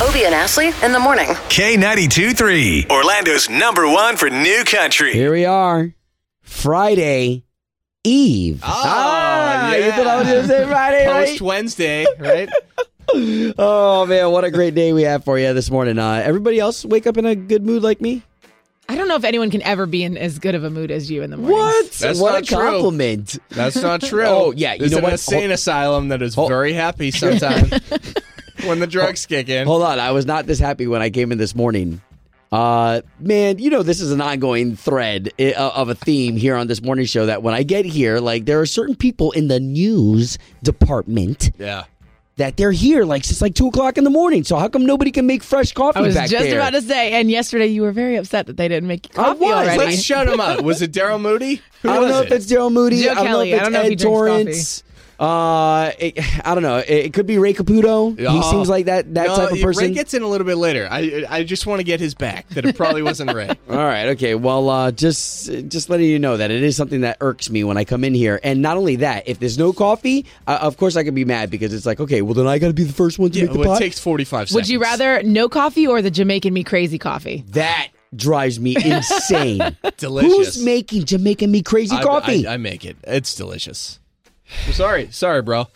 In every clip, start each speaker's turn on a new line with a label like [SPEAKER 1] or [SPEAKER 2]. [SPEAKER 1] Obie and Ashley in the morning.
[SPEAKER 2] K92 3, Orlando's number one for new country.
[SPEAKER 3] Here we are, Friday Eve. Oh, you thought I was going to say Friday, right?
[SPEAKER 4] Ah, Post Wednesday, right?
[SPEAKER 3] Oh man, what a great day we have for you this morning. Uh, everybody else wake up in a good mood like me?
[SPEAKER 5] I don't know if anyone can ever be in as good of a mood as you in the morning.
[SPEAKER 3] What?
[SPEAKER 4] That's
[SPEAKER 3] what
[SPEAKER 4] not
[SPEAKER 3] a
[SPEAKER 4] true.
[SPEAKER 3] compliment.
[SPEAKER 4] That's not true.
[SPEAKER 3] Oh, yeah, you
[SPEAKER 4] There's
[SPEAKER 3] know
[SPEAKER 4] an
[SPEAKER 3] what?
[SPEAKER 4] insane
[SPEAKER 3] Hold-
[SPEAKER 4] asylum that is very happy sometimes Oh. when the drugs kick in.
[SPEAKER 3] Hold on, I was not this happy when I came in this morning. Uh, man, you know this is an ongoing thread i- uh, of a theme here on this morning show that when I get here, like there are certain people in the news department
[SPEAKER 4] yeah.
[SPEAKER 3] that they're here like since like two o'clock in the morning. So how come nobody can make fresh coffee
[SPEAKER 5] I was
[SPEAKER 3] back
[SPEAKER 5] just
[SPEAKER 3] there?
[SPEAKER 5] about to say, and yesterday you were very upset that they didn't make you
[SPEAKER 3] I
[SPEAKER 5] coffee
[SPEAKER 3] was.
[SPEAKER 5] already.
[SPEAKER 4] Let's shut him up. Was it Daryl Moody? Who
[SPEAKER 3] I don't
[SPEAKER 4] was
[SPEAKER 3] know
[SPEAKER 4] it?
[SPEAKER 3] if it's Daryl Moody.
[SPEAKER 5] Joe
[SPEAKER 3] I don't
[SPEAKER 5] Kelly.
[SPEAKER 3] know if
[SPEAKER 5] I
[SPEAKER 3] it's
[SPEAKER 5] don't know if
[SPEAKER 3] Ed
[SPEAKER 5] he drinks
[SPEAKER 3] Torrance. Uh, it, I don't know. It, it could be Ray Caputo. He
[SPEAKER 4] Oh.
[SPEAKER 3] seems like that that
[SPEAKER 4] no,
[SPEAKER 3] type of
[SPEAKER 4] it-
[SPEAKER 3] person.
[SPEAKER 4] Ray gets in a little bit later. I I just want to get his back that it probably wasn't Ray.
[SPEAKER 3] All right. Okay. Well, uh, just just letting you know that it is something that irks me when I come in here, and not only that, if there's no coffee, uh, of course I could be mad because it's like, okay, well then I got to be the first one to
[SPEAKER 4] Yeah,
[SPEAKER 3] make the
[SPEAKER 4] well, it
[SPEAKER 3] pot.
[SPEAKER 4] takes 45 seconds.
[SPEAKER 5] Would you rather no coffee or the Jamaican me crazy coffee?
[SPEAKER 3] that drives me insane.
[SPEAKER 4] Delicious.
[SPEAKER 3] Who's making Jamaican me crazy
[SPEAKER 4] I-
[SPEAKER 3] coffee?
[SPEAKER 4] I, I make it. It's delicious. I'm sorry. Sorry, bro.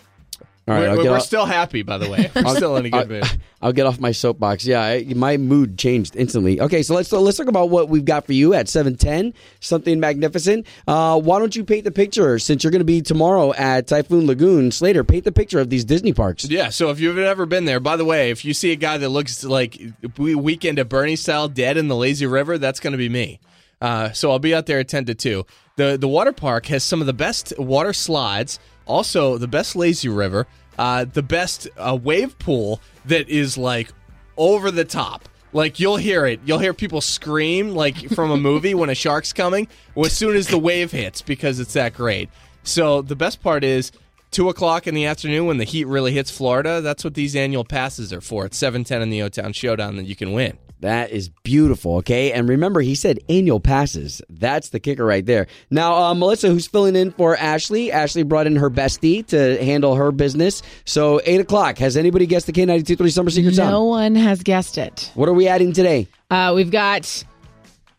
[SPEAKER 3] All right.
[SPEAKER 4] we're
[SPEAKER 3] I'll
[SPEAKER 4] we're-
[SPEAKER 3] get
[SPEAKER 4] we're
[SPEAKER 3] off-
[SPEAKER 4] still happy, by the way. We're still in a good mood.
[SPEAKER 3] I'll get off my soapbox. Yeah, I, my mood changed instantly. Okay, so let's so let's talk about what we've got for you at seven ten. Something magnificent. Uh, why don't you paint the picture since you're going to be tomorrow at Typhoon Lagoon? Slater, paint the picture of these Disney parks.
[SPEAKER 4] Yeah, so if you've ever been there, by the way, if you see a guy that looks like we- Weekend at Bernie style dead in the lazy river, that's going to be me. Uh, so I'll be out there at 10 to 2. The, the water park has some of the best water slides, also the best lazy river, uh, the best uh, wave pool that is like over the top. Like you'll hear it. You'll hear people scream like from a movie when a shark's coming well, as soon as the wave hits because it's that great. So the best part is two o'clock in the afternoon when the heat really hits Florida. That's what these annual passes are for. It's seven ten in the O Town Showdown that you can win.
[SPEAKER 3] That is beautiful. Okay, and remember he said annual passes. That's the kicker right there. Now uh, Melissa, who's filling in for Ashley, Ashley brought in her bestie to handle her business. So eight o'clock. Has anybody guessed the K ninety two three Summer Secret
[SPEAKER 5] No
[SPEAKER 3] Sound?
[SPEAKER 5] one has guessed it.
[SPEAKER 3] What are we adding today?
[SPEAKER 5] Uh, we've got,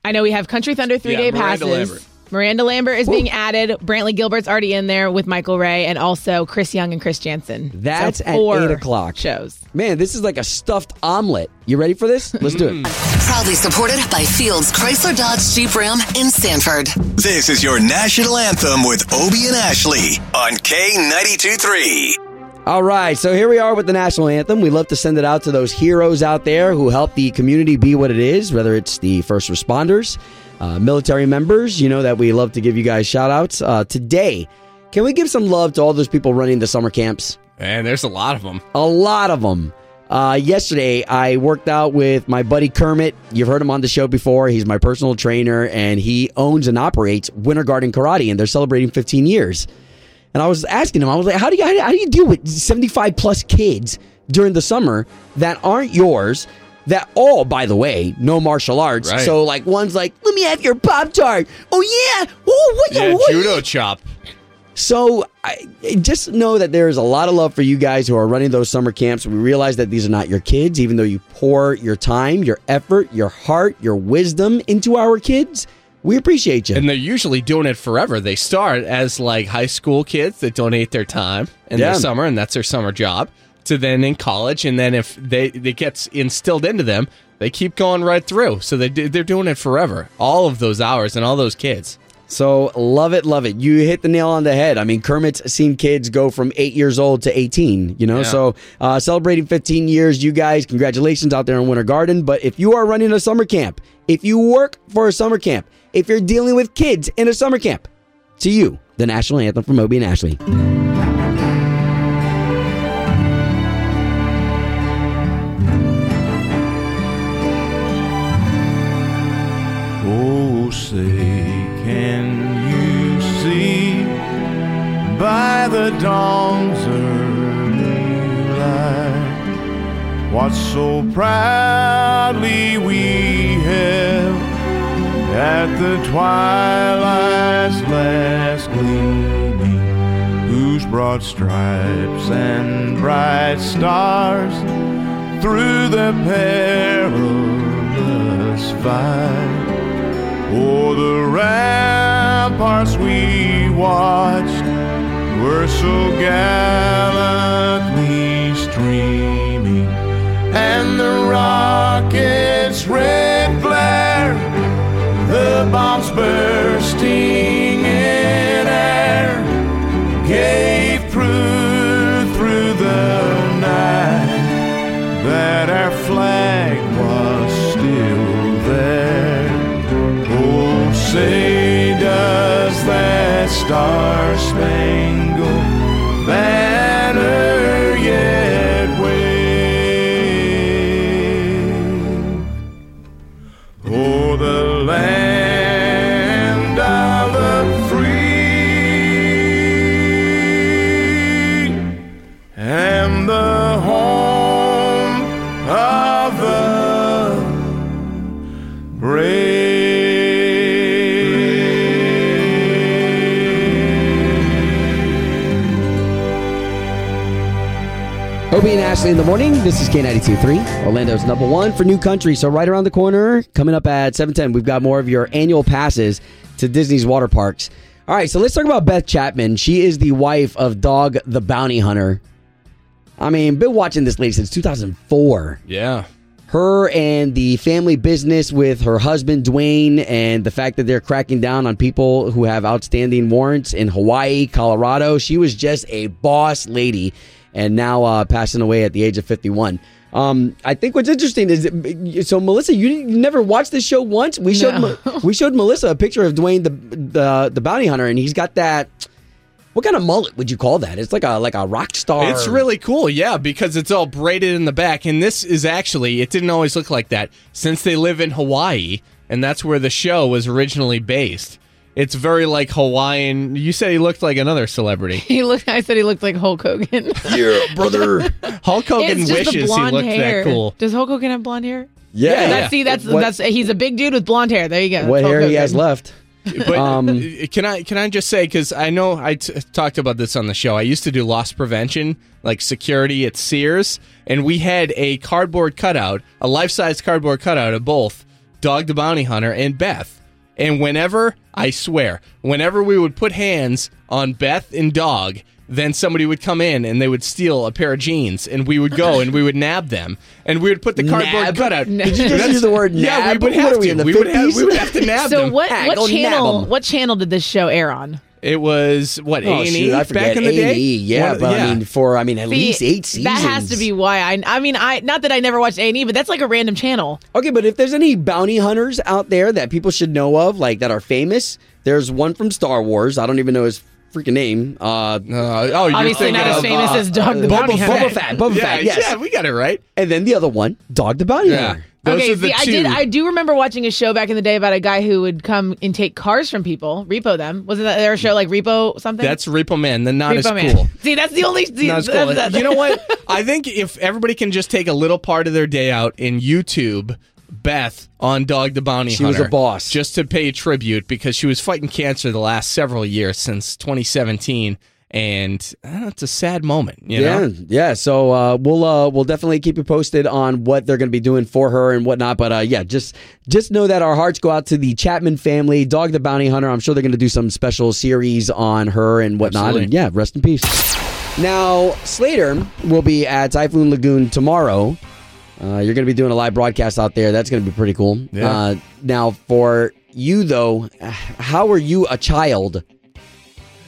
[SPEAKER 5] I know we have Country Thunder three day
[SPEAKER 4] Yeah, Miranda
[SPEAKER 5] passes.
[SPEAKER 4] Lambert.
[SPEAKER 5] Miranda Lambert is being added. Brantley Gilbert's already in there with Michael Ray and also Chris Young and Chris Jansen. So
[SPEAKER 3] That's at
[SPEAKER 5] four
[SPEAKER 3] 8 o'clock.
[SPEAKER 5] Shows.
[SPEAKER 3] Man, this is like a stuffed omelet. You ready for this? Let's do it.
[SPEAKER 5] Mm.
[SPEAKER 1] Proudly supported by Fields Chrysler Dodge Jeep Ram in Sanford.
[SPEAKER 2] This is your national anthem with Obie and Ashley on K92 3.
[SPEAKER 3] All right, so here we are with the national anthem. We love to send it out to those heroes out there who help the community be what it is, whether it's the first responders, uh, military members, you know, that we love to give you guys shout outs. Uh, today, can we give some love to all those people running the summer camps?
[SPEAKER 4] And there's a lot of them.
[SPEAKER 3] A lot of them. Uh, yesterday, I worked out with my buddy Kermit. You've heard him on the show before. He's my personal trainer, and he owns and operates Winter Garden Karate, and they're celebrating 15 years. And I was asking him, I was like, "How do you how do you deal with 75 plus kids during the summer that aren't yours?" That all, by the way, no martial arts.
[SPEAKER 4] Right.
[SPEAKER 3] So like, one's like, "Let me have your pop tart." Oh yeah, oh what?
[SPEAKER 4] Yeah,
[SPEAKER 3] what-
[SPEAKER 4] judo chop.
[SPEAKER 3] so I just know that there is a lot of love for you guys who are running those summer camps. We realize that these are not your kids, even though you pour your time, your effort, your heart, your wisdom into our kids. We appreciate you.
[SPEAKER 4] And they're usually doing it forever. They start as like high school kids that donate their time and
[SPEAKER 3] Yeah.
[SPEAKER 4] their summer, and that's their summer job. To then in college, and then if they it gets instilled into them, they keep going right through. So they do, they're doing it forever. All of those hours and all those kids.
[SPEAKER 3] so love it, love it. You hit the nail on the head. I mean, Kermit's seen kids go from eight years old to 18, you know?
[SPEAKER 4] Yeah.
[SPEAKER 3] So uh, celebrating 15 years, you guys, congratulations out there in Winter Garden. But if you are running a summer camp, if you work for a summer camp, if you're dealing with kids in a summer camp, to you, the national anthem from Moby and Ashley.
[SPEAKER 6] Oh, say, can you see by the dawn's early light what so proudly we hailed at the twilight's last gleaming, whose broad stripes and bright stars through the perilous fight. O'er Oh, the ramparts we watched were so gallantly streaming, and the rockets' red glare, the bombs bursting in air gave proof through the night that our flag was still there. Oh, say does that star spangled banner yet wave? Oh, the land of the free and the home of the brave.
[SPEAKER 3] Obie and Ashley in the morning. This is K92.3, Orlando's number one for new country. So right around the corner, coming up at 7.10, we've got more of your annual passes to Disney's water parks. All right, so let's talk about Beth Chapman. She is the wife of Dog the Bounty Hunter. I mean, been watching this lady since 2004.
[SPEAKER 4] Yeah.
[SPEAKER 3] Her and the family business with her husband, Dwayne, and the fact that they're cracking down on people who have outstanding warrants in Hawaii, Colorado. She was just a boss lady and now uh, passing away at the age of 51. Um, I think what's interesting is that- so Melissa, you, didn't- you never watched this show once. We showed
[SPEAKER 5] No.
[SPEAKER 3] Me- we showed Melissa a picture of Dwayne the, the the bounty hunter, and he's got that. What kind of mullet would you call that? It's like a like a rock star.
[SPEAKER 4] It's really cool, yeah, because it's all braided in the back. And this is actually, it didn't always look like that since they live in Hawaii, and that's where the show was originally based. It's very like Hawaiian. You said he looked like another celebrity.
[SPEAKER 5] He looked. I said he looked like Hulk Hogan.
[SPEAKER 3] yeah, brother.
[SPEAKER 4] Hulk Hogan
[SPEAKER 5] it's just
[SPEAKER 4] wishes he
[SPEAKER 5] the blonde
[SPEAKER 4] looked
[SPEAKER 5] hair.
[SPEAKER 4] that cool.
[SPEAKER 5] Does Hulk Hogan have blonde hair?
[SPEAKER 3] Yeah,
[SPEAKER 5] That's see, that's
[SPEAKER 3] What-
[SPEAKER 5] that's he's a big dude with blonde hair. There you go.
[SPEAKER 3] what
[SPEAKER 5] That's Hulk
[SPEAKER 3] hair he
[SPEAKER 5] Hogan.
[SPEAKER 3] has left.
[SPEAKER 4] But
[SPEAKER 3] Um,
[SPEAKER 4] uh, can I can I just say because I know I t- talked about this on the show. I used to do loss prevention, like security at Sears, and we had a cardboard cutout, a life size cardboard cutout of both Dog the Bounty Hunter and Beth. And whenever I swear, whenever we would put hands on Beth and Dog, then somebody would come in and they would steal a pair of jeans, and we would go and we would nab them, and we would put the cardboard
[SPEAKER 3] Nab?
[SPEAKER 4] cutout.
[SPEAKER 5] Did
[SPEAKER 3] you just
[SPEAKER 4] That's-
[SPEAKER 3] use the word
[SPEAKER 4] Yeah, we
[SPEAKER 3] nab?
[SPEAKER 4] would
[SPEAKER 3] What
[SPEAKER 4] have
[SPEAKER 3] are we,
[SPEAKER 4] to.
[SPEAKER 3] in the
[SPEAKER 4] would have,
[SPEAKER 3] 50s?
[SPEAKER 4] we would have to nab
[SPEAKER 5] So
[SPEAKER 4] them.
[SPEAKER 5] what?
[SPEAKER 3] Ah, go
[SPEAKER 5] what
[SPEAKER 3] nab
[SPEAKER 5] channel?
[SPEAKER 3] 'em.
[SPEAKER 5] What channel did this show air on?
[SPEAKER 4] It was what
[SPEAKER 3] Oh,
[SPEAKER 4] A and
[SPEAKER 3] shoot, I
[SPEAKER 4] E
[SPEAKER 3] forget.
[SPEAKER 4] back in the day.
[SPEAKER 3] A&E, yeah,
[SPEAKER 4] One-
[SPEAKER 3] but I mean, for I mean, at
[SPEAKER 5] See,
[SPEAKER 3] least eight seasons.
[SPEAKER 5] That has to be why I. I mean, I not that I never watched A and E, but that's like a random channel.
[SPEAKER 3] okay. But if there's any bounty hunters out there that people should know of, like that are famous, there's one from Star Wars. I don't even know his freaking name. Uh,
[SPEAKER 4] Uh, oh, you're
[SPEAKER 5] Obviously
[SPEAKER 4] thinking
[SPEAKER 5] not as
[SPEAKER 4] of,
[SPEAKER 5] famous
[SPEAKER 4] uh,
[SPEAKER 5] as Dog the
[SPEAKER 3] Boba-
[SPEAKER 5] Bounty Hunter.
[SPEAKER 3] Boba Fett. Boba
[SPEAKER 4] yeah,
[SPEAKER 3] Fett. Yes.
[SPEAKER 4] yeah, we got it right.
[SPEAKER 3] And then the other one, Dog the Bounty
[SPEAKER 4] Yeah,
[SPEAKER 3] Hunter.
[SPEAKER 4] those
[SPEAKER 5] okay,
[SPEAKER 4] are
[SPEAKER 5] see,
[SPEAKER 4] the two.
[SPEAKER 5] I did. I do remember watching a show back in the day about a guy who would come and take cars from people, repo them. Wasn't that their show like Repo something?
[SPEAKER 4] That's Repo Man. The not
[SPEAKER 5] Repo
[SPEAKER 4] as cool.
[SPEAKER 5] Man. See, that's the only. See,
[SPEAKER 4] Not as
[SPEAKER 5] that's-
[SPEAKER 4] cool.
[SPEAKER 5] that's-
[SPEAKER 4] You know what? I think if everybody can just take a little part of their day out in YouTube. Beth on Dog the Bounty
[SPEAKER 3] She was
[SPEAKER 4] Hunter.
[SPEAKER 3] a boss.
[SPEAKER 4] Just to pay tribute because she was fighting cancer the last several years since 2017, and uh, it's a sad moment. You
[SPEAKER 3] yeah,
[SPEAKER 4] know?
[SPEAKER 3] yeah. So uh, we'll uh, we'll definitely keep you posted on what they're going to be doing for her and whatnot. But uh, yeah, just just know that our hearts go out to the Chapman family, Dog the Bounty Hunter. I'm sure they're going to do some special series on her and whatnot.
[SPEAKER 4] Absolutely.
[SPEAKER 3] And yeah, rest in peace. Now Slater will be at Typhoon Lagoon tomorrow. Uh, you're going to be doing a live broadcast out there. That's going to be pretty cool.
[SPEAKER 4] Yeah.
[SPEAKER 3] Uh, now for you though, how were you a child?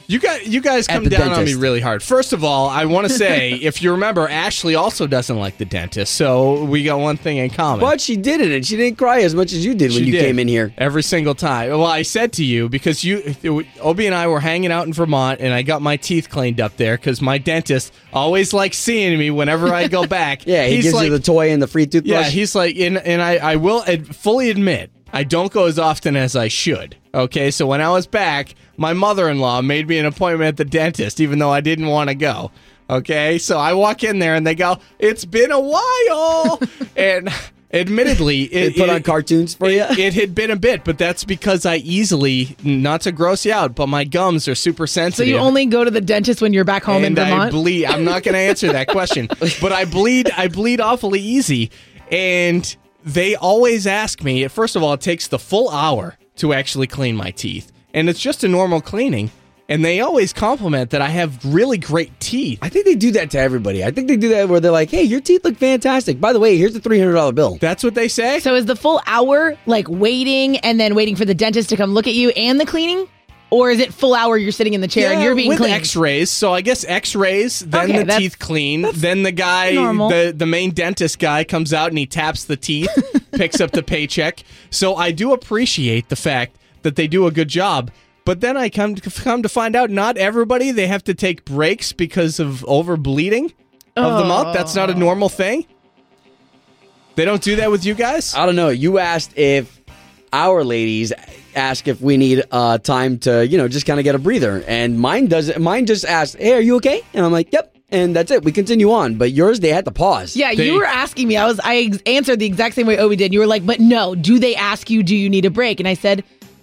[SPEAKER 4] You got you guys come
[SPEAKER 3] the
[SPEAKER 4] down on me
[SPEAKER 3] dentist.
[SPEAKER 4] really hard. First of all, I want to say if you remember, Ashley also doesn't like the dentist, so we got one thing in common.
[SPEAKER 3] But she did it, and she didn't cry as much as you did when
[SPEAKER 4] She
[SPEAKER 3] you
[SPEAKER 4] did.
[SPEAKER 3] came in here.
[SPEAKER 4] every single time. Well, I said to you because you, Obi and I were hanging out in Vermont, and I got my teeth cleaned up there because my dentist always likes seeing me whenever I go back.
[SPEAKER 3] Yeah, he
[SPEAKER 4] He's
[SPEAKER 3] gives
[SPEAKER 4] like,
[SPEAKER 3] you the toy and the free toothbrush.
[SPEAKER 4] Yeah, he's like, and, and I, I will ad- fully admit, I don't go as often as I should. Okay, so when I was back, my mother in law made me an appointment at the dentist, even though I didn't want to go. Okay, so I walk in there and they go, It's been a while. and Admittedly,
[SPEAKER 3] They
[SPEAKER 4] it,
[SPEAKER 3] put on
[SPEAKER 4] it-
[SPEAKER 3] cartoons for you.
[SPEAKER 4] it had been a bit, but that's because I easily, not to gross you out, but my gums are super
[SPEAKER 5] So
[SPEAKER 4] sensitive.
[SPEAKER 5] you only go to the dentist when you're back home
[SPEAKER 4] and
[SPEAKER 5] in Vermont?
[SPEAKER 4] I bleed. I'm not going to answer that question, but I bleed. I bleed awfully easy, and they always ask me. First of all, it takes the full hour to actually clean my teeth, and it's just a normal cleaning. And they always compliment that I have really great teeth.
[SPEAKER 3] I think they do that to everybody. I think they do that where they're like, "Hey, your teeth look fantastic. By the way, here's a three hundred dollar bill."
[SPEAKER 4] That's what they say.
[SPEAKER 5] so is the full hour like waiting and then waiting for the dentist to come look at you and the cleaning? Or is it full hour you're sitting in the chair and you're being
[SPEAKER 4] with
[SPEAKER 5] cleaned?
[SPEAKER 4] X-rays, so I guess X-rays, then
[SPEAKER 5] Okay,
[SPEAKER 4] the
[SPEAKER 5] that's-
[SPEAKER 4] teeth clean, then the guy,
[SPEAKER 5] normal.
[SPEAKER 4] the the main dentist guy comes out and he taps the teeth, picks up the paycheck. So I do appreciate the fact that they do a good job. But then I come to, come to find out, not everybody they have to take breaks because of over bleeding of the mouth. That's not a
[SPEAKER 5] Oh.
[SPEAKER 4] normal thing. They don't do that with you guys.
[SPEAKER 3] I don't know. You asked if our ladies ask if we need uh, time to, you know, just kind of get a breather, and mine doesn't. Mine just asked, "Hey, are you okay?" And I'm like, "Yep," and that's it. We continue on. But yours, they had to pause.
[SPEAKER 5] Yeah,
[SPEAKER 4] They-
[SPEAKER 5] you were asking me. I was I ex- answered the exact same way Obi did. You were like, "But no, do they ask you do you need a break?" And I said,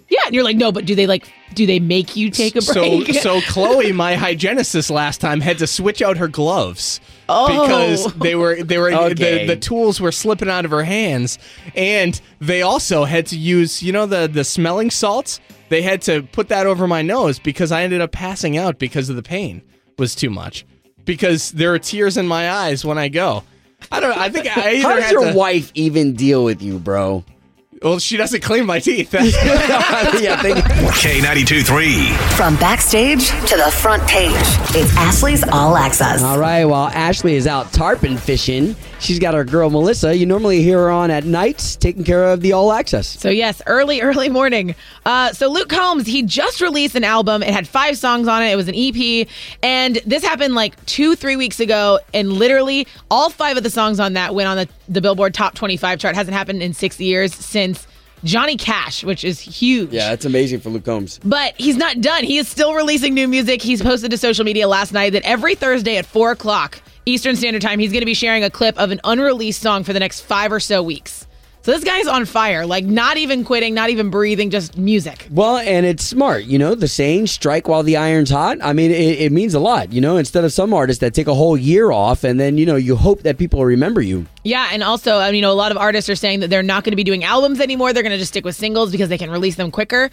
[SPEAKER 5] "Yeah." And you're like, "No, but do they like do they make you take a
[SPEAKER 4] So,
[SPEAKER 5] break?"
[SPEAKER 4] so Chloe, my hygienist this last time, had to switch out her gloves because they were they were
[SPEAKER 3] Okay.
[SPEAKER 4] the, the tools were slipping out of her hands, and they also had to use you know the the smelling salts. They had to put that over my nose because I ended up passing out because of the pain was too much. Because there are tears in my eyes when I go. I don't. I think I either
[SPEAKER 3] How does
[SPEAKER 4] had
[SPEAKER 3] your
[SPEAKER 4] to-
[SPEAKER 3] wife even deal with you, bro?
[SPEAKER 4] Well, she doesn't clean my teeth.
[SPEAKER 3] yeah, thank
[SPEAKER 2] K92 3.
[SPEAKER 1] From backstage to the front page, it's Ashley's All Access.
[SPEAKER 3] All right, while Ashley is out tarpon fishing, she's got her girl Melissa. You normally hear her on at nights taking care of the all access.
[SPEAKER 5] So yes, early, early morning. Uh, so Luke Combs, he just released an album. It had five songs on it. It was an EP, and this happened like two, three weeks ago. And literally, all five of the songs on that went on the, the Billboard Top 25 chart. Hasn't happened in six years since Johnny Cash, which is huge.
[SPEAKER 3] that's amazing for Luke Combs.
[SPEAKER 5] But he's not done. He is still releasing new music. He's posted to social media last night that every Thursday at four o'clock Eastern Standard Time, he's going to be sharing a clip of an unreleased song for the next five or so weeks. So this guy's on fire, like not even quitting, not even breathing, just music.
[SPEAKER 3] Well, and it's smart, you know, the saying, strike while the iron's hot. I mean, it, it means a lot, you know, instead of some artists that take a whole year off and then, you know, you hope that people remember you.
[SPEAKER 5] Yeah, and also, I mean, you know, a lot of artists are saying that they're not going to be doing albums anymore. They're going to just stick with singles because they can release them quicker.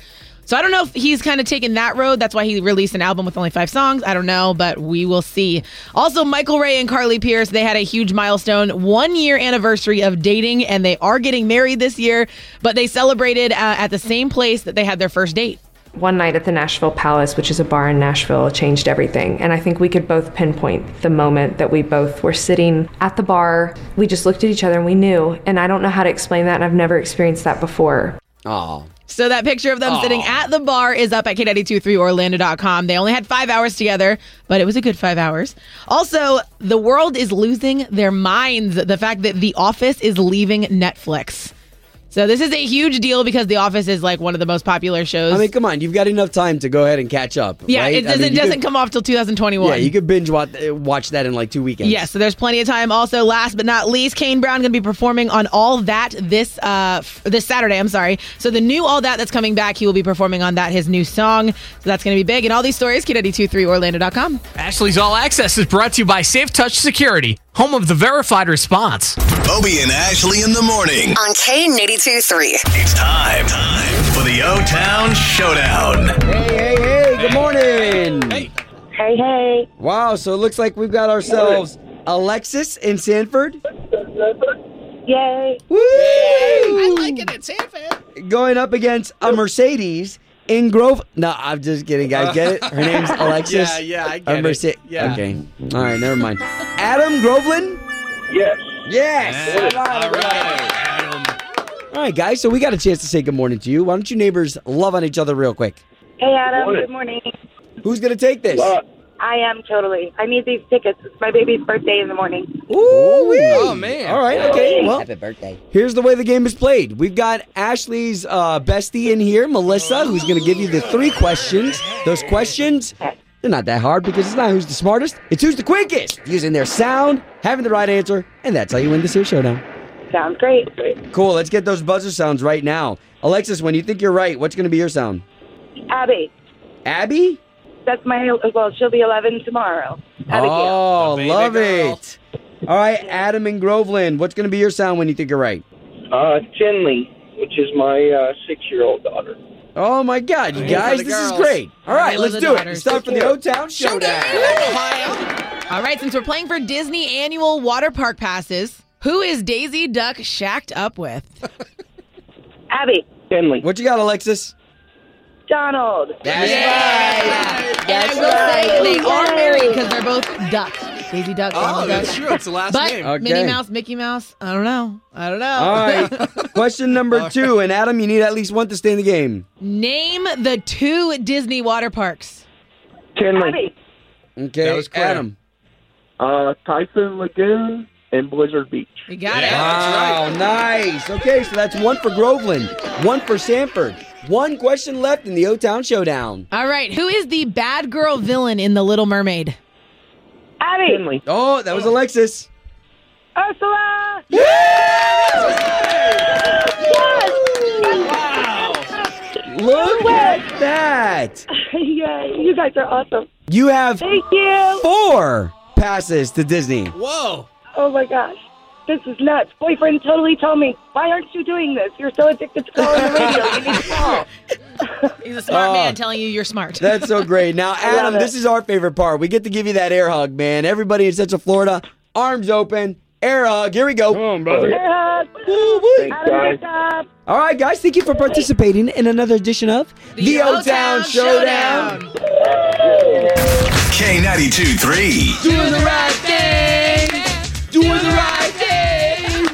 [SPEAKER 5] So I don't know if he's kind of taken that road. That's why he released an album with only five songs. I don't know, but we will see. Also, Michael Ray and Carly Pierce, they had a huge milestone one year anniversary of dating, and they are getting married this year, but they celebrated uh, at the same place that they had their first date.
[SPEAKER 7] One night at the Nashville Palace, which is a bar in Nashville, changed everything. And I think we could both pinpoint the moment that we both were sitting at the bar. We just looked at each other and we knew. And I don't know how to explain that. And I've never experienced that before.
[SPEAKER 3] Oh,
[SPEAKER 5] So that picture of them sitting at the bar is up at k923orlando.com. They only had five hours together, but it was a good five hours. Also, the world is losing their minds. The fact that The Office is leaving Netflix. So this is a huge deal because The Office is like one of the most popular shows.
[SPEAKER 3] I mean, come on, you've got enough time to go ahead and catch up.
[SPEAKER 5] yeah,
[SPEAKER 3] right?
[SPEAKER 5] it
[SPEAKER 3] I
[SPEAKER 5] doesn't
[SPEAKER 3] mean, you
[SPEAKER 5] doesn't
[SPEAKER 3] could-
[SPEAKER 5] come off till 2021.
[SPEAKER 3] Yeah, you could binge watch, watch that in like two weekends.
[SPEAKER 5] Yes, so there's plenty of time. Also, last but not least, Kane Brown going to be performing on All That this uh f- this Saturday. I'm sorry. So the new All That that's coming back, he will be performing on that his new song. So that's going to be big. And all these stories, kid923orlando.com.
[SPEAKER 4] Ashley's All Access is brought to you by Safe Touch Security, home of the verified response.
[SPEAKER 2] Obie and Ashley in the morning.
[SPEAKER 1] On K82 3.
[SPEAKER 2] It's time, time for the O Town Showdown.
[SPEAKER 3] Hey, hey, hey, good morning.
[SPEAKER 4] Hey.
[SPEAKER 8] Hey, hey.
[SPEAKER 3] Wow, so it looks like we've got ourselves Alexis in Sanford.
[SPEAKER 8] Yay.
[SPEAKER 3] Woo! I like it. It's Sanford. Going up against a Mercedes in Grove. No, I'm just kidding, guys. Get it? Her name's
[SPEAKER 4] Yeah,
[SPEAKER 3] Alexis.
[SPEAKER 4] yeah, I
[SPEAKER 3] A
[SPEAKER 4] get it.
[SPEAKER 3] Merce-
[SPEAKER 4] Yeah.
[SPEAKER 3] Okay. All right, never mind. Adam Groveland?
[SPEAKER 6] Yes.
[SPEAKER 3] Yes.
[SPEAKER 4] All right.
[SPEAKER 3] All right, guys. So we got a chance to say good morning to you. Why don't you neighbors love on each other real quick?
[SPEAKER 8] Hey, Adam.
[SPEAKER 6] Morning.
[SPEAKER 8] Good morning.
[SPEAKER 3] Who's going to take this?
[SPEAKER 6] Uh,
[SPEAKER 8] I am totally. I need these tickets. It's my baby's birthday in the morning.
[SPEAKER 3] Ooh-wee.
[SPEAKER 4] Oh, man.
[SPEAKER 3] All right, okay. Well,
[SPEAKER 9] birthday.
[SPEAKER 3] Here's the way the game is played. We've got Ashley's uh, bestie in here, Melissa, who's going to give you the three questions. Those questions, they're not that hard because it's not who's the smartest, it's who's the quickest, using their sound, having the right answer, and that's how you win this here showdown.
[SPEAKER 8] Sounds great.
[SPEAKER 3] Cool. Let's get those buzzer sounds right now. Alexis, when you think you're right, what's going to be your sound?
[SPEAKER 8] Abby,
[SPEAKER 3] Abby?
[SPEAKER 8] that's my, well, she'll be 11 tomorrow. Abigail.
[SPEAKER 3] Oh,
[SPEAKER 4] The baby
[SPEAKER 3] love
[SPEAKER 4] girl.
[SPEAKER 3] it. All right, Adam and Groveland, what's going to be your sound when you think you're right?
[SPEAKER 9] Uh, Tinley, which is my uh, six-year-old daughter.
[SPEAKER 3] Oh my God, you
[SPEAKER 4] Those are
[SPEAKER 3] guys,
[SPEAKER 4] the
[SPEAKER 3] this is
[SPEAKER 4] girls.
[SPEAKER 3] great. All right,
[SPEAKER 5] those
[SPEAKER 3] let's
[SPEAKER 5] are the
[SPEAKER 3] do it.
[SPEAKER 5] daughters.
[SPEAKER 3] It's time for the O Town Showdown.
[SPEAKER 5] All right, since we're playing for Disney annual water park passes, who is Daisy Duck shacked up with?
[SPEAKER 8] Abby,
[SPEAKER 9] Tinley.
[SPEAKER 3] What you got, Alexis?
[SPEAKER 8] Donald.
[SPEAKER 3] That's right.
[SPEAKER 5] and I will say they are married because they're both ducks. Daisy Duck,
[SPEAKER 4] Oh,
[SPEAKER 5] Donald
[SPEAKER 4] that's
[SPEAKER 5] Duck.
[SPEAKER 4] true. It's the last
[SPEAKER 5] But
[SPEAKER 4] name.
[SPEAKER 3] Okay.
[SPEAKER 5] Minnie Mouse, Mickey Mouse, I don't know. I don't know.
[SPEAKER 3] All right, question number two, and Adam, you need at least one to stay in the game.
[SPEAKER 5] Name the two Disney water parks.
[SPEAKER 9] Tinley.
[SPEAKER 8] Abby,
[SPEAKER 3] Okay,
[SPEAKER 4] That was clear.
[SPEAKER 3] Adam.
[SPEAKER 9] Uh, Typhoon Lagoon and Blizzard Beach.
[SPEAKER 5] You got
[SPEAKER 4] Yeah.
[SPEAKER 5] it.
[SPEAKER 3] Wow, nice. Okay, so that's one for Groveland, one for Sanford, one question left in the O Town Showdown.
[SPEAKER 5] All right, who is the bad girl villain in The Little Mermaid?
[SPEAKER 8] Abby,
[SPEAKER 9] Tinley.
[SPEAKER 3] Oh, that was Alexis.
[SPEAKER 8] Ursula.
[SPEAKER 3] Look at that.
[SPEAKER 8] yeah, you guys are awesome.
[SPEAKER 3] You have
[SPEAKER 8] Thank you.
[SPEAKER 3] four passes to Disney.
[SPEAKER 4] Whoa.
[SPEAKER 8] Oh my gosh. This is nuts. Boyfriend totally told me, why aren't you doing this? You're so addicted to calling the radio. You need to call.
[SPEAKER 5] He's a smart
[SPEAKER 3] Oh.
[SPEAKER 5] man telling you you're smart.
[SPEAKER 3] That's so great. Now, Adam, this is our favorite part. We get to give you that air hug, man. Everybody in Central Florida, arms open, air hug. Here we go.
[SPEAKER 9] on, brother.
[SPEAKER 8] Air hug.
[SPEAKER 3] Woo, woo.
[SPEAKER 8] Adam,
[SPEAKER 9] Guys.
[SPEAKER 8] wake up.
[SPEAKER 3] All right, guys, thank you for participating in another edition of the, O Town Showdown.
[SPEAKER 2] K92 3.
[SPEAKER 3] Doing the right thing. Doing the right thing.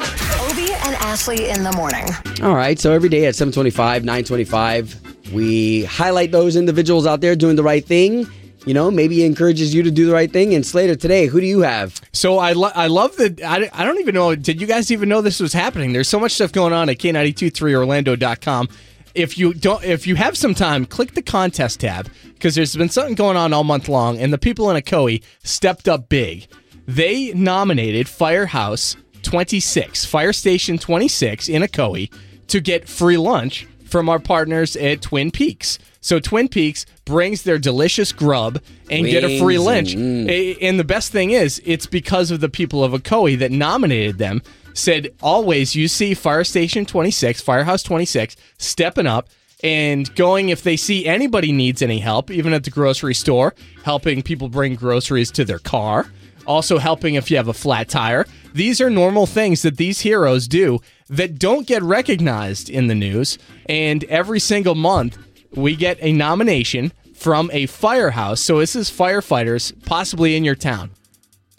[SPEAKER 1] Obie and Ashley in the morning.
[SPEAKER 3] All right, so every day at 725, 925, we highlight those individuals out there doing the right thing. You know, maybe it encourages you to do the right thing. And Slater, today, who do you have?
[SPEAKER 4] So I lo- I love that. I, I don't even know. Did you guys even know this was happening? There's so much stuff going on at K923Orlando.com. If you don't, if you have some time, click the contest tab because there's been something going on all month long, and the people in Akoi stepped up big. They nominated Firehouse 26, Fire Station 26 in Akoi to get free lunch from our partners at Twin Peaks. So Twin Peaks brings their delicious grub and get a free
[SPEAKER 3] Wings
[SPEAKER 4] lunch.
[SPEAKER 3] and- mm.
[SPEAKER 4] A- And the best thing is, it's because of the people of Ocoee that nominated them. Said always, you see Fire Station 26, Firehouse 26, stepping up and going if they see anybody needs any help, even at the grocery store, helping people bring groceries to their car. Also helping if you have a flat tire. These are normal things that these heroes do that don't get recognized in the news. And every single month, we get a nomination from a firehouse. So this is firefighters possibly in your town.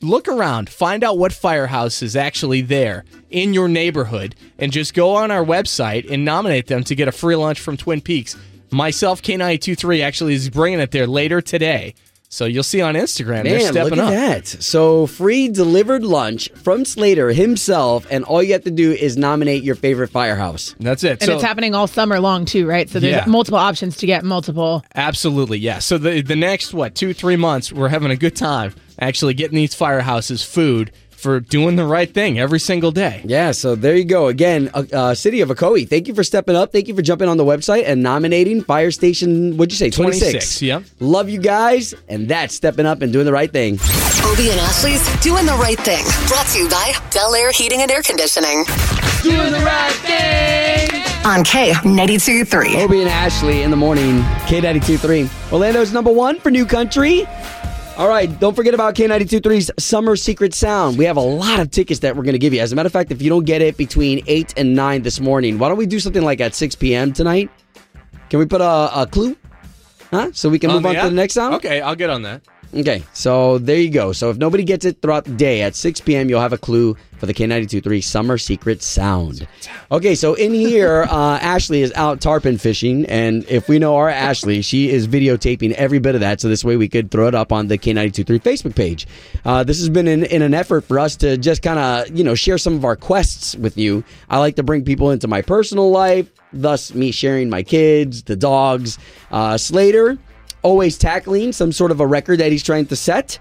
[SPEAKER 4] Look around, find out what firehouse is actually there in your neighborhood, and just go on our website and nominate them to get a free lunch from Twin Peaks. Myself, K923, actually is bringing it there later today. So you'll see on Instagram, they're
[SPEAKER 3] Man,
[SPEAKER 4] stepping
[SPEAKER 3] look at
[SPEAKER 4] up.
[SPEAKER 3] that. So, free delivered lunch from Slater himself. And all you have to do is nominate your favorite firehouse.
[SPEAKER 4] That's it.
[SPEAKER 5] And
[SPEAKER 4] so,
[SPEAKER 5] it's happening all summer long too, right? So there's
[SPEAKER 4] Yeah.
[SPEAKER 5] multiple options to get multiple.
[SPEAKER 4] Absolutely, yeah. So the the next what two three months we're having a good time actually getting these firehouses food for doing the right thing every single day.
[SPEAKER 3] Yeah, so there you go. Again, uh, uh, City of Ocoee, thank you for stepping up. Thank you for jumping on the website and nominating Fire Station, what'd you say, 26?
[SPEAKER 4] 26, yeah.
[SPEAKER 3] Love you guys. And that's stepping up and doing the right thing.
[SPEAKER 1] Obie and Ashley's doing the right thing. Brought to you by Bel Air Heating and Air Conditioning.
[SPEAKER 5] Doing the right thing.
[SPEAKER 1] On K92 3.
[SPEAKER 3] Obie and Ashley in the morning, K92.3. Orlando's number one for New Country. All right, don't forget about K92.3's Summer Secret Sound. We have a lot of tickets that we're going to give you. As a matter of fact, if you don't get it between 8 and 9 this morning, why don't we do something like at 6 p.m. tonight? Can we put a, a clue? Huh? So we can move on
[SPEAKER 4] the
[SPEAKER 3] to
[SPEAKER 4] app?
[SPEAKER 3] the next sound?
[SPEAKER 4] Um, Okay, I'll get on that.
[SPEAKER 3] Okay, so there you go. So if nobody gets it throughout the day at 6 p.m., you'll have a clue for the K92.3 Summer Secret Sound. Okay, so in here, uh, Ashley is out tarpon fishing. And if we know our Ashley, she is videotaping every bit of that. So this way we could throw it up on the K92.3 Facebook page. Uh, this has been in, in an effort for us to just kind of, you know, share some of our quests with you. I like to bring people into my personal life, thus me sharing my kids, the dogs. Uh, Slater always tackling some sort of a record that he's trying to set.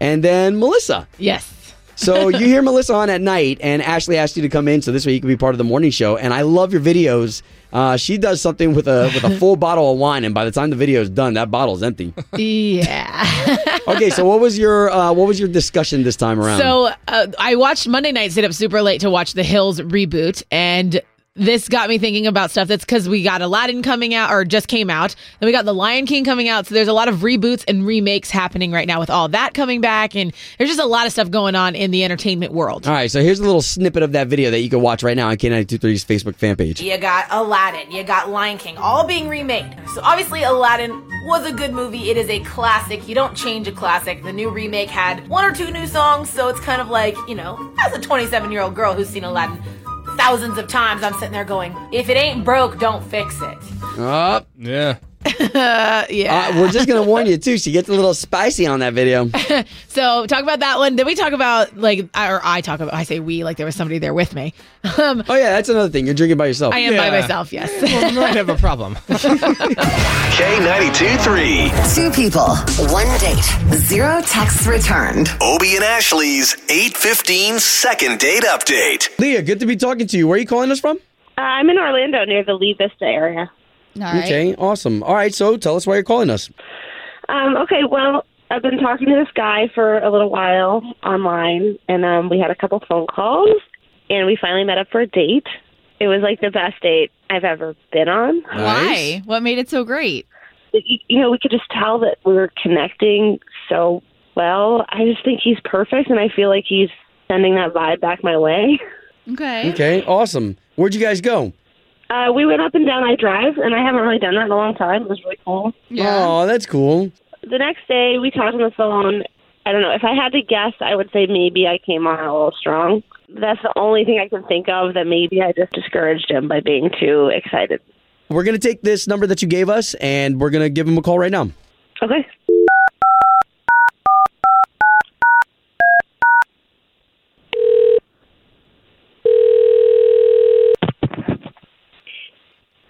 [SPEAKER 3] And then Melissa,
[SPEAKER 5] Yes.
[SPEAKER 3] So you hear Melissa on at night, and Ashley asked you to come in, so this way you can be part of the morning show. And I love your videos. Uh, she does something with a with a full bottle of wine, and by the time the video is done, that bottle's empty.
[SPEAKER 5] Yeah.
[SPEAKER 3] Okay, so what was your uh, what was your discussion this time around?
[SPEAKER 5] So uh, I watched Monday night, sit up super late to watch The Hills reboot, and this got me thinking about stuff. That's because we got Aladdin coming out, or just came out, and we got The Lion King coming out. So there's a lot of reboots and remakes happening right now with all that coming back, and there's just a lot of stuff going on in the entertainment world.
[SPEAKER 3] all right, so here's a little snippet of that video that you can watch right now on K923's Facebook fan page.
[SPEAKER 10] You got Aladdin, you got Lion King, all being remade. So obviously, Aladdin was a good movie. It is a classic. You don't change a classic. The new remake had one or two new songs, so it's kind of like, you know, as a 27 year old girl who's seen Aladdin thousands of times, I'm sitting there going, if it ain't broke, don't fix it.
[SPEAKER 3] Up, yeah.
[SPEAKER 5] Oh, yeah.
[SPEAKER 3] Uh, we're just gonna warn you too. She gets a little spicy on that video.
[SPEAKER 5] So talk about that one. Then we talk about like, I- or I talk about. I say we like there was somebody there with me. Um,
[SPEAKER 3] oh yeah, that's another thing. You're drinking by yourself.
[SPEAKER 5] I am by myself. Yes. Well,
[SPEAKER 4] we might have a problem.
[SPEAKER 2] K92 3.
[SPEAKER 1] Two people, one date, zero texts returned.
[SPEAKER 2] Obie and Ashley's 815 second date update.
[SPEAKER 3] Leah, good to be talking to you. Where are you calling us from?
[SPEAKER 11] Uh, I'm in Orlando near the Lee Vista area.
[SPEAKER 3] Okay, awesome. All right, so tell us why you're calling us.
[SPEAKER 11] Um, okay, well, I've been talking to this guy for a little while online, and um, we had a couple phone calls, and we finally met up for a date. It was like the best date I've ever been on.
[SPEAKER 12] Why? What made it so great?
[SPEAKER 11] Y- You know, we could just tell that we were connecting so well. I just think he's perfect, and I feel like he's sending that vibe back my way.
[SPEAKER 12] Okay.
[SPEAKER 3] Okay, awesome. Where'd you guys go?
[SPEAKER 11] Uh, we went up and down I Drive, and I haven't really done that in a long time. It was really cool.
[SPEAKER 3] Oh, that's cool.
[SPEAKER 11] the next day we talked on the phone. I don't know. If I had to guess, I would say maybe I came on a little strong. That's the only thing I can think of that maybe I just discouraged him by being too excited.
[SPEAKER 3] We're gonna take this number that you gave us, and we're gonna give him a call right now.
[SPEAKER 11] Okay.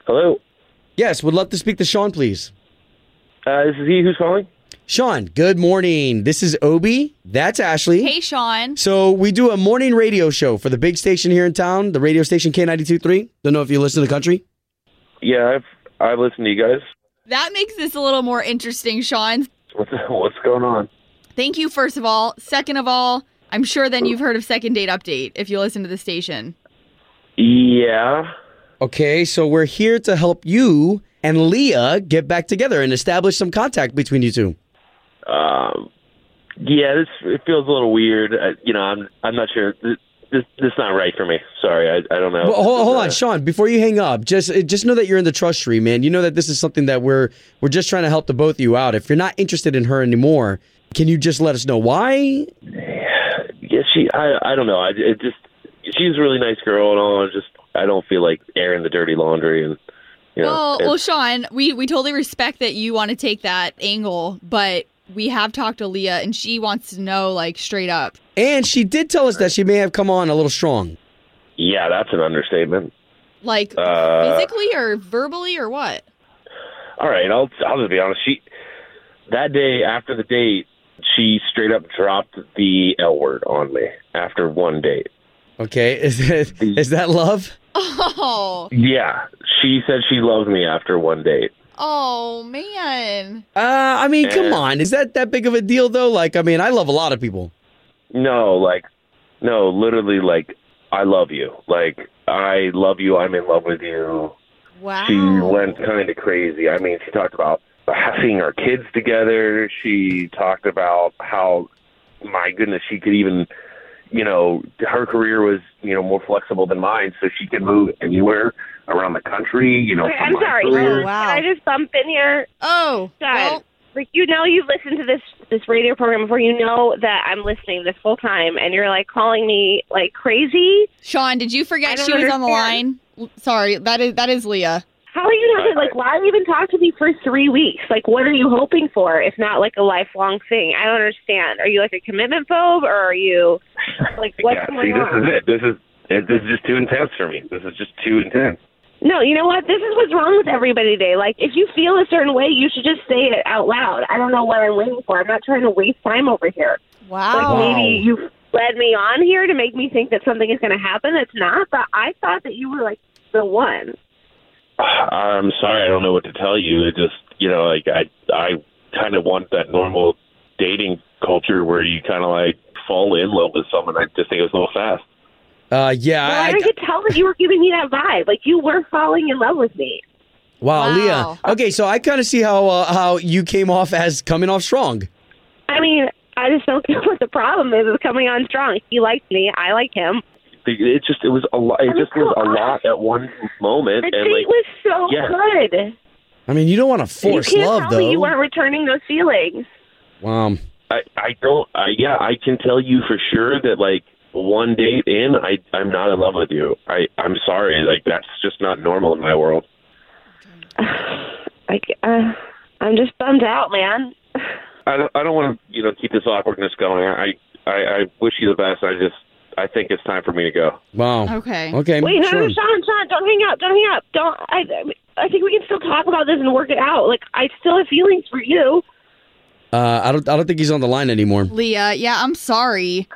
[SPEAKER 9] Hello.
[SPEAKER 3] Yes, would love to speak to Sean, please.
[SPEAKER 9] Uh, this is he who's calling.
[SPEAKER 3] Sean, good morning. This is Obi. That's Ashley.
[SPEAKER 12] Hey, Sean.
[SPEAKER 3] So we do a morning radio show for the big station here in town, the radio station K92.3. Don't know if you listen to country.
[SPEAKER 9] Yeah, I've I've listened to you guys.
[SPEAKER 12] That makes this a little more interesting, Sean.
[SPEAKER 9] What's what's going on?
[SPEAKER 12] Thank you, first of all. Second of all, I'm sure then you've heard of Second Date Update if you listen to the station.
[SPEAKER 9] Yeah.
[SPEAKER 3] Okay, so we're here to help you and Leah get back together and establish some contact between you two.
[SPEAKER 9] Um, yeah, this it feels a little weird. I, you know, I'm I'm not sure. This this, this not right for me. Sorry, I I don't know.
[SPEAKER 3] Well, hold, hold on, Sean. Before you hang up, just uh, just know that you're in the trust tree, man. You know that this is something that we're we're just trying to help the both of you out. If you're not interested in her anymore, can you just let us know why?
[SPEAKER 9] Yeah, she. I I don't know. I it just she's a really nice girl and all. I just I don't feel like airing the dirty laundry and you know.
[SPEAKER 12] well,
[SPEAKER 9] and-
[SPEAKER 12] Oh, well, Sean, we, we totally respect that you want to take that angle, but we have talked to Leah and she wants to know, like, straight up.
[SPEAKER 3] And she did tell us that she may have come on a little strong.
[SPEAKER 9] yeah, that's an understatement.
[SPEAKER 12] Like,
[SPEAKER 9] Uh,
[SPEAKER 12] physically or verbally or what?
[SPEAKER 9] All right, I'll I'll just be honest. She that day after the date, she straight up dropped the L word on me after one date.
[SPEAKER 3] Okay, is that, is that love?
[SPEAKER 12] Oh,
[SPEAKER 9] Yeah, she said she loved me after one date.
[SPEAKER 12] oh, man.
[SPEAKER 3] Uh, I mean, come
[SPEAKER 9] Eh.
[SPEAKER 3] on, is that that big of a deal though? Like, I mean, I love a lot of people.
[SPEAKER 9] No, like no, literally like I love you. Like I love you. I'm in love with you.
[SPEAKER 12] Wow.
[SPEAKER 9] She went kind of crazy. I mean, she talked about seeing our kids together. She talked about how, my goodness, she could even, you know, her career was, you know, more flexible than mine, so she could move anywhere around the country, you know.
[SPEAKER 11] Okay,
[SPEAKER 9] for
[SPEAKER 11] I'm
[SPEAKER 9] my
[SPEAKER 11] sorry.
[SPEAKER 9] career.
[SPEAKER 11] Can I just bump in here?
[SPEAKER 12] Oh,
[SPEAKER 11] God. like you know, you've listened to this this radio program before. You know that I'm listening this whole time, and you're like calling me like crazy.
[SPEAKER 12] Sean, did you
[SPEAKER 11] I
[SPEAKER 12] forget she
[SPEAKER 11] don't
[SPEAKER 12] was on the
[SPEAKER 11] understand.
[SPEAKER 12] line? L- Sorry, that is that is Leah.
[SPEAKER 11] How are you not like? Why even talk to me for three weeks? Like, what are you hoping for? If not like a lifelong thing, I don't understand. Are you like a commitment phobe, or are you like what's
[SPEAKER 9] yeah,
[SPEAKER 11] going
[SPEAKER 9] see,
[SPEAKER 11] on?
[SPEAKER 9] this is it. This is it, this is just too intense for me. This is just too intense.
[SPEAKER 11] No, you know what? This is what's wrong with everybody today. Like, if you feel a certain way, you should just say it out loud. I don't know what I'm waiting for. I'm not trying to waste time over here.
[SPEAKER 12] Wow.
[SPEAKER 11] Like, Oh, maybe you led me on here to make me think that something is going to happen that's not, but I thought that you were like the one.
[SPEAKER 9] I'm sorry, I don't know what to tell you. It just, you know, like I, I kind of want that normal dating culture where you kind of like fall in love with someone. I just think it was a little fast.
[SPEAKER 3] Uh, yeah.
[SPEAKER 11] I,
[SPEAKER 3] I,
[SPEAKER 11] could tell that you were giving me that vibe. Like you were falling in love with me.
[SPEAKER 3] wow, Leah. Okay, so I kind of see how uh, how you came off as coming off strong.
[SPEAKER 11] I mean, I just don't know what the problem is with coming on strong. He likes me. I like him.
[SPEAKER 9] It just, it was a lot. It just was a lot at one moment.
[SPEAKER 11] The
[SPEAKER 9] and
[SPEAKER 11] date
[SPEAKER 9] like,
[SPEAKER 11] was so
[SPEAKER 9] yeah.
[SPEAKER 11] good.
[SPEAKER 3] I mean, you don't want to
[SPEAKER 11] You
[SPEAKER 3] force
[SPEAKER 11] can't
[SPEAKER 3] love,
[SPEAKER 11] tell me you
[SPEAKER 3] though.
[SPEAKER 11] weren't returning those feelings.
[SPEAKER 3] Wow.
[SPEAKER 9] I, I don't. I, yeah, I can tell you for sure that like one date in, I, I'm not in love with you. I, I'm sorry. Like that's just not normal in my world.
[SPEAKER 11] Like uh, I'm just bummed out, man.
[SPEAKER 9] I don't, I don't want to, you know, keep this awkwardness going. I, I, I wish you the best. I just, I think it's time for me to go.
[SPEAKER 3] Wow.
[SPEAKER 12] Okay.
[SPEAKER 3] Okay.
[SPEAKER 11] Wait, no,
[SPEAKER 3] sure.
[SPEAKER 11] no, Sean, Sean, don't hang up, don't hang up, don't. I, I think we can still talk about this and work it out. Like I still have feelings for you.
[SPEAKER 3] Uh, I don't. I don't think he's on the line anymore.
[SPEAKER 12] Leah, yeah, I'm sorry.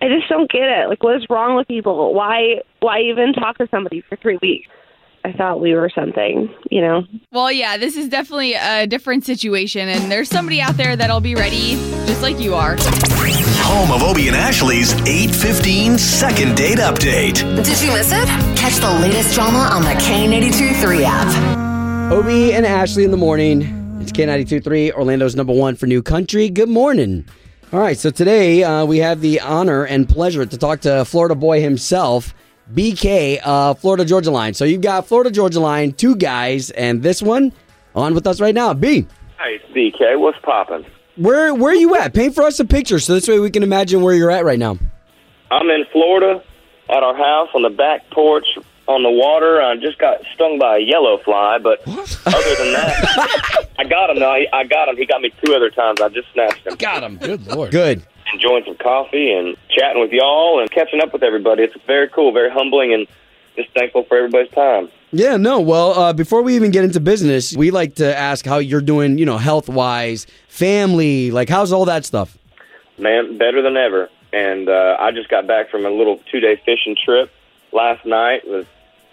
[SPEAKER 11] I just don't get it. Like, what is wrong with people? Why, why even talk to somebody for three weeks? I thought we were something, you know.
[SPEAKER 12] Well, Oh, yeah, this is definitely a different situation, and there's somebody out there that'll be ready just like you are.
[SPEAKER 2] Home of Obie and Ashley's 815 second date update.
[SPEAKER 1] Did you miss it? Catch the latest drama on the K82 3 app.
[SPEAKER 3] Obie and Ashley in the morning. It's K92.3, Orlando's number one for new country. Good morning. All right, so today uh, we have the honor and pleasure to talk to Florida boy himself, BK, uh, Florida Georgia Line. So you've got Florida Georgia Line, two guys, and this one on with us right now. B,
[SPEAKER 13] Hi, it's BK. What's poppin'?
[SPEAKER 3] where where are you at? Paint for us a picture so this way we can imagine where you're at right now.
[SPEAKER 13] I'm in Florida at our house on the back porch on the water. I just got stung by a yellow fly, but other than that, I got him. Now I I got him. He got me two other times. I just snatched him.
[SPEAKER 4] Got him. Good lord.
[SPEAKER 3] Good.
[SPEAKER 13] Enjoying some coffee and chatting with y'all and catching up with everybody. It's very cool, very humbling, and just thankful for everybody's time.
[SPEAKER 3] Yeah, no. Well, uh, before we even get into business, we like to ask how you're doing, you know, health wise, family, like how's all that stuff?
[SPEAKER 13] Man, better than ever. And uh, I just got back from a little two day fishing trip last night with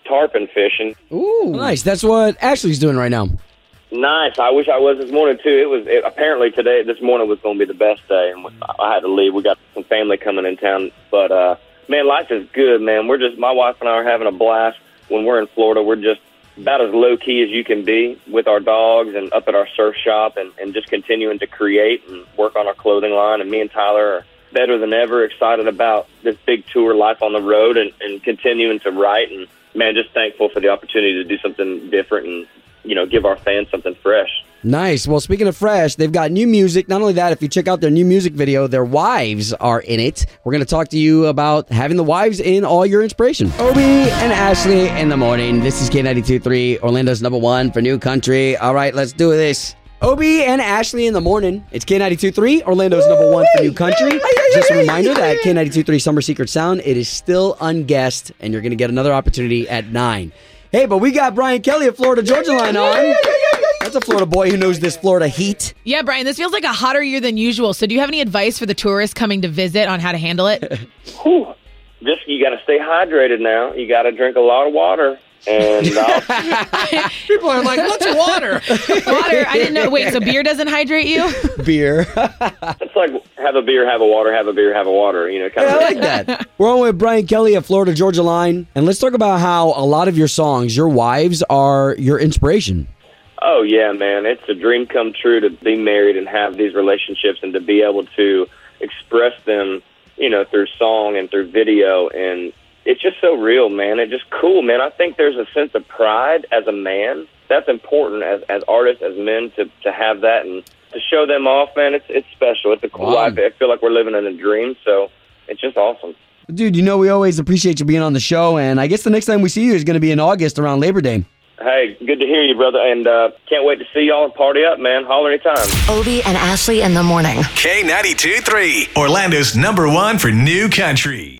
[SPEAKER 13] tarpon fishing.
[SPEAKER 3] Ooh, nice. That's what Ashley's doing right now.
[SPEAKER 13] Nice. I wish I was this morning too. It was it, apparently today. This morning was going to be the best day, and I had to leave. We got some family coming in town, but uh, man, life is good, man. We're just my wife and I are having a blast. When we're in Florida, we're just about as low key as you can be with our dogs and up at our surf shop, and, and just continuing to create and work on our clothing line. And me and Tyler are better than ever, excited about this big tour, life on the road, and, and continuing to write. And man, just thankful for the opportunity to do something different and you know give our fans something fresh.
[SPEAKER 3] Nice. Well, speaking of fresh, they've got new music. Not only that, if you check out their new music video, their wives are in it. We're going to talk to you about having the wives in all your inspiration. Obi and Ashley in the morning. This is K92.3, Orlando's number one for new country. All right, let's do this. Obi and Ashley in the morning. It's K92.3, Orlando's number one for new country. Just a reminder that K92.3 Summer Secret Sound, it is still unguessed, and you're going to get another opportunity at 9. Hey, but we got Brian Kelly of Florida Georgia Line on. That's a Florida boy who knows this Florida heat.
[SPEAKER 5] Yeah, Brian, this feels like a hotter year than usual. So, do you have any advice for the tourists coming to visit on how to handle it?
[SPEAKER 13] Whew. Just you got to stay hydrated now. You got to drink a lot of water. And I'll,
[SPEAKER 4] People are like, what's water?
[SPEAKER 5] Water. I didn't know. Wait, so beer doesn't hydrate you?
[SPEAKER 3] Beer.
[SPEAKER 13] it's like have a beer, have a water, have a beer, have a water. You know, kind
[SPEAKER 3] I
[SPEAKER 13] of
[SPEAKER 3] like that. We're on with Brian Kelly of Florida Georgia Line, and let's talk about how a lot of your songs, your wives, are your inspiration.
[SPEAKER 13] Oh yeah, man, it's a dream come true to be married and have these relationships and to be able to express them, you know, through song and through video and it's just so real, man. It's just cool, man. I think there's a sense of pride as a man. That's important as as artists, as men to to have that and to show them off, man. It's it's special. It's a cool
[SPEAKER 3] Wow.
[SPEAKER 13] life. I feel like we're living in a dream, so it's just awesome.
[SPEAKER 3] Dude, you know we always appreciate you being on the show, and I guess the next time we see you is going to be in August around Labor Day.
[SPEAKER 13] Hey, good to hear you, brother, and uh, can't wait to see y'all and party up, man. Holler anytime.
[SPEAKER 1] Obie and Ashley in the morning.
[SPEAKER 2] K92.3, Orlando's number one for new country.